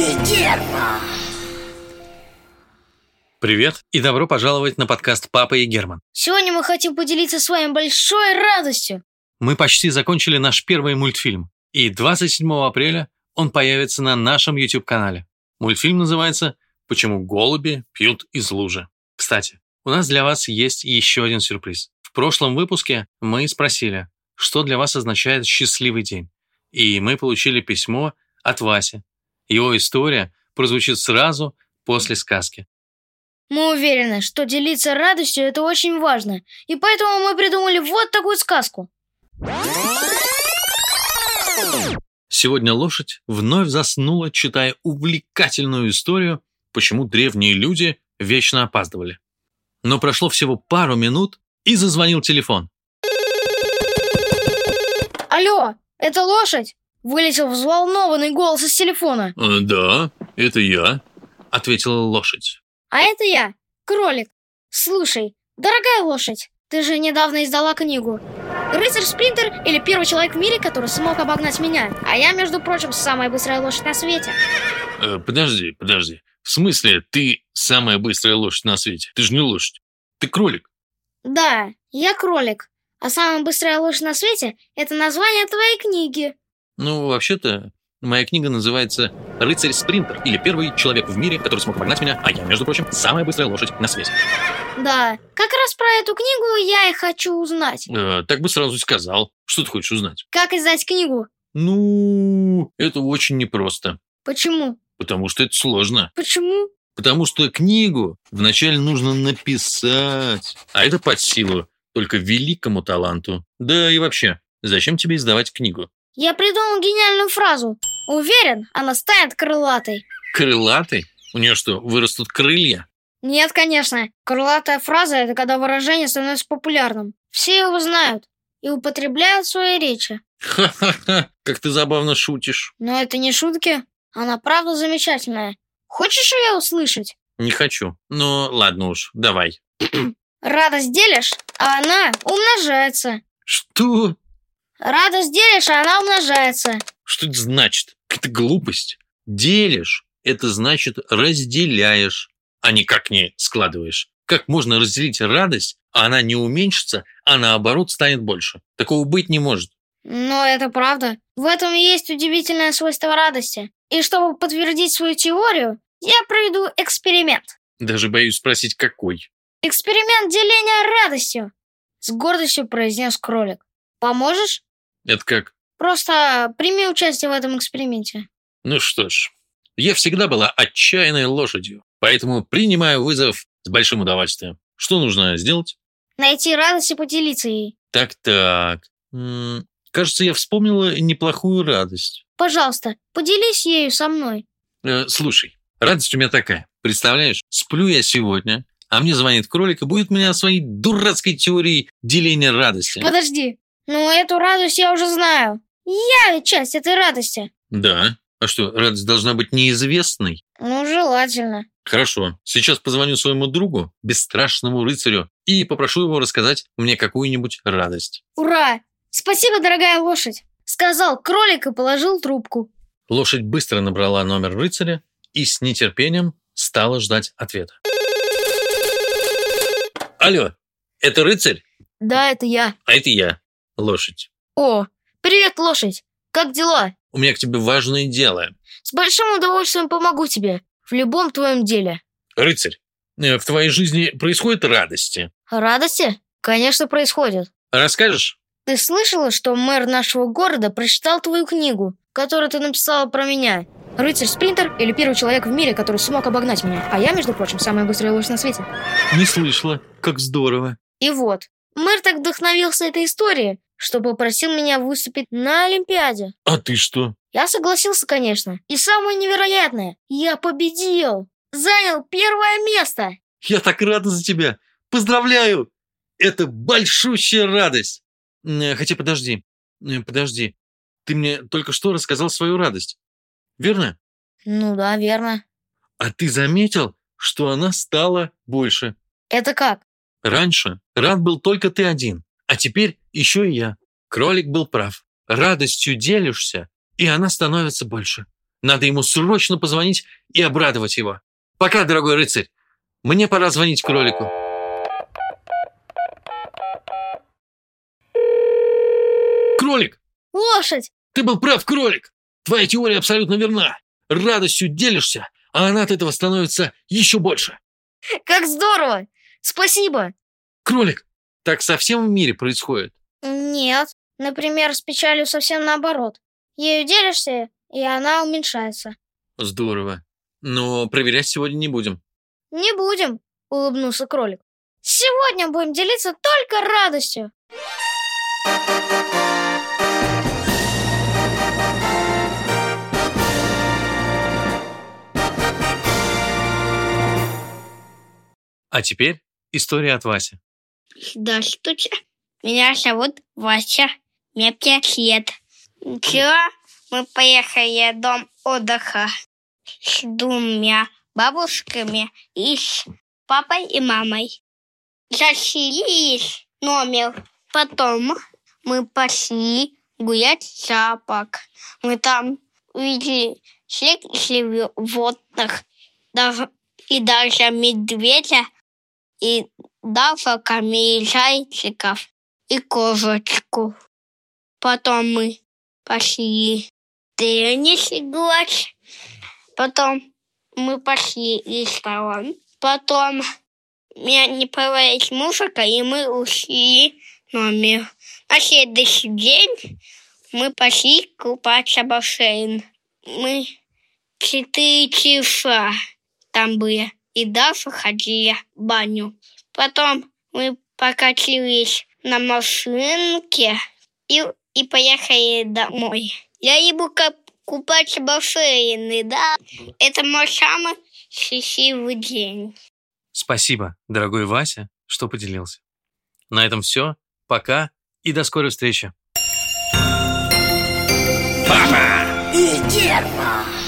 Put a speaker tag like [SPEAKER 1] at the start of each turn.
[SPEAKER 1] Герман!
[SPEAKER 2] Привет и добро пожаловать на подкаст «Папа и Герман».
[SPEAKER 3] Сегодня мы хотим поделиться с вами большой радостью.
[SPEAKER 2] Мы почти закончили наш первый мультфильм, и 27 апреля он появится на нашем YouTube-канале. Мультфильм называется «Почему голуби пьют из лужи». Кстати, у нас для вас есть еще один сюрприз. В прошлом выпуске мы спросили, что для вас означает «счастливый день», и мы получили письмо от Васи. Его история прозвучит сразу после сказки.
[SPEAKER 3] Мы уверены, что делиться радостью – это очень важно, и поэтому мы придумали вот такую сказку.
[SPEAKER 2] Сегодня лошадь вновь заснула, читая увлекательную историю, почему древние люди вечно опаздывали. Но прошло всего пару минут, и зазвонил телефон.
[SPEAKER 3] Алло, это лошадь? Вылетел взволнованный голос из телефона.
[SPEAKER 2] «Э, «Да, это я», — ответила лошадь.
[SPEAKER 3] А это я, кролик. Слушай, дорогая лошадь, ты же недавно издала книгу. Рыцарь Сплинтер или первый человек в мире, который смог обогнать меня. А я, между прочим, самая быстрая лошадь на свете.
[SPEAKER 2] «Э, подожди, подожди. В смысле, ты самая быстрая лошадь на свете? Ты же не лошадь. Ты кролик.
[SPEAKER 3] Да, я кролик. А самая быстрая лошадь на свете – это название твоей книги.
[SPEAKER 2] Ну, вообще-то, моя книга называется «Рыцарь-спринтер» или «Первый человек в мире, который смог погнать меня, а я, между прочим, самая быстрая лошадь на свете».
[SPEAKER 3] Да, как раз про эту книгу я и хочу узнать.
[SPEAKER 2] Э, так бы сразу и сказал. Что ты хочешь узнать?
[SPEAKER 3] Как издать книгу?
[SPEAKER 2] Ну, это очень непросто,
[SPEAKER 3] Почему?
[SPEAKER 2] потому что это сложно.
[SPEAKER 3] Почему?
[SPEAKER 2] Потому что книгу вначале нужно написать, а это под силу только великому таланту. Да и вообще, зачем тебе издавать книгу?
[SPEAKER 3] Я придумал гениальную фразу. Уверен, она станет крылатой.
[SPEAKER 2] Крылатый? У нее что, вырастут крылья?
[SPEAKER 3] Нет, конечно. Крылатая фраза – это когда выражение становится популярным. Все его знают и употребляют в своей речи.
[SPEAKER 2] Ха-ха-ха, как ты забавно шутишь.
[SPEAKER 3] Но это не шутки. Она правда замечательная. Хочешь ее услышать?
[SPEAKER 2] Не хочу. Ну, ладно уж, давай.
[SPEAKER 3] Радость делишь, а она умножается.
[SPEAKER 2] Что?
[SPEAKER 3] Радость делишь, а она умножается.
[SPEAKER 2] Что это значит? Какая-то глупость. Делишь – это значит разделяешь, а никак не складываешь. Как можно разделить радость, а она не уменьшится, а наоборот станет больше? Такого быть не может.
[SPEAKER 3] Но это правда. В этом и есть удивительное свойство радости. И чтобы подтвердить свою теорию, я проведу эксперимент.
[SPEAKER 2] Даже боюсь спросить, какой.
[SPEAKER 3] Эксперимент деления радостью. С гордостью произнес кролик. Поможешь?
[SPEAKER 2] Это как?
[SPEAKER 3] Просто прими участие в этом эксперименте.
[SPEAKER 2] Ну что ж, я всегда была отчаянной лошадью, поэтому принимаю вызов с большим удовольствием. Что нужно сделать?
[SPEAKER 3] Найти радость и поделиться ей.
[SPEAKER 2] Так-так. М, Кажется, я вспомнила неплохую радость.
[SPEAKER 3] Пожалуйста, поделись ею со мной.
[SPEAKER 2] Э, слушай, радость у меня такая. Представляешь, сплю я сегодня, а мне звонит кролик и будет меня своей дурацкой теорией деления радости.
[SPEAKER 3] Подожди. Ну, эту радость я уже знаю. Я ведь часть этой радости.
[SPEAKER 2] Да. А что, радость должна быть неизвестной?
[SPEAKER 3] Ну, желательно.
[SPEAKER 2] Хорошо. Сейчас позвоню своему другу, бесстрашному рыцарю, и попрошу его рассказать мне какую-нибудь радость.
[SPEAKER 3] Ура! Спасибо, дорогая лошадь. Сказал кролик и положил трубку.
[SPEAKER 2] Лошадь быстро набрала номер рыцаря и с нетерпением стала ждать ответа. Алло, это рыцарь?
[SPEAKER 3] Да, это я.
[SPEAKER 2] А это я, лошадь.
[SPEAKER 3] О, привет, лошадь. Как дела?
[SPEAKER 2] У меня к тебе важное дело.
[SPEAKER 3] С большим удовольствием помогу тебе в любом твоем деле.
[SPEAKER 2] Рыцарь, э, в твоей жизни происходят радости.
[SPEAKER 3] Радости? Конечно, происходят.
[SPEAKER 2] Расскажешь?
[SPEAKER 3] Ты слышала, что мэр нашего города прочитал твою книгу, которую ты написала про меня? Рыцарь-спринтер или первый человек в мире, который смог обогнать меня. А я, между прочим, самая быстрая лошадь на свете.
[SPEAKER 2] Не слышала. Как здорово.
[SPEAKER 3] И вот, мэр так вдохновился этой историей, что попросил меня выступить на Олимпиаде.
[SPEAKER 2] А ты что?
[SPEAKER 3] Я согласился, конечно. И самое невероятное, я победил. Занял первое место.
[SPEAKER 2] Я так рада за тебя. Поздравляю. Это большущая радость. Э, Хотя подожди, э, подожди. Ты мне только что рассказал свою радость. Верно?
[SPEAKER 3] Ну да, верно.
[SPEAKER 2] А ты заметил, что она стала больше.
[SPEAKER 3] Это как?
[SPEAKER 2] Раньше рад был только ты один, а теперь еще и я. Кролик был прав. Радостью делишься, и она становится больше. Надо ему срочно позвонить и обрадовать его. Пока, дорогой рыцарь. Мне пора звонить кролику. Кролик!
[SPEAKER 3] Лошадь!
[SPEAKER 2] Ты был прав, кролик! Твоя теория абсолютно верна. Радостью делишься, а она от этого становится еще больше.
[SPEAKER 3] Как здорово! Спасибо!
[SPEAKER 2] Кролик! Так со всем в мире происходит.
[SPEAKER 3] Нет. Например, с печалью совсем наоборот. Ею делишься, и она уменьшается.
[SPEAKER 2] Здорово. Но проверять сегодня не будем.
[SPEAKER 3] Не будем, улыбнулся кролик. Сегодня будем делиться только радостью.
[SPEAKER 2] А теперь история от Васи.
[SPEAKER 1] Здравствуйте. Меня зовут Вася. Мне пять лет. Вчера мы поехали в дом отдыха с двумя бабушками и с папой и мамой. Заселились в номер. Потом мы пошли гулять в зоопарк. Мы там увидели всех животных даже, и даже медведя, и даже камней зайчиков и козочку. Потом мы пошли в теннис играть. Потом мы пошли в ресторан. Потом меня не понравилась музыка, и мы ушли в номер. На следующий день мы пошли купаться в бассейн. Мы четыре часа там были. И даже ходили в баню. Потом мы покатились на машинке и, и поехали домой. Я люблю ка- купаться в бассейне, да? Это мой самый счастливый день.
[SPEAKER 2] Спасибо, дорогой Вася, что поделился. На этом все. Пока и до скорой встречи.
[SPEAKER 4] И дерьмо!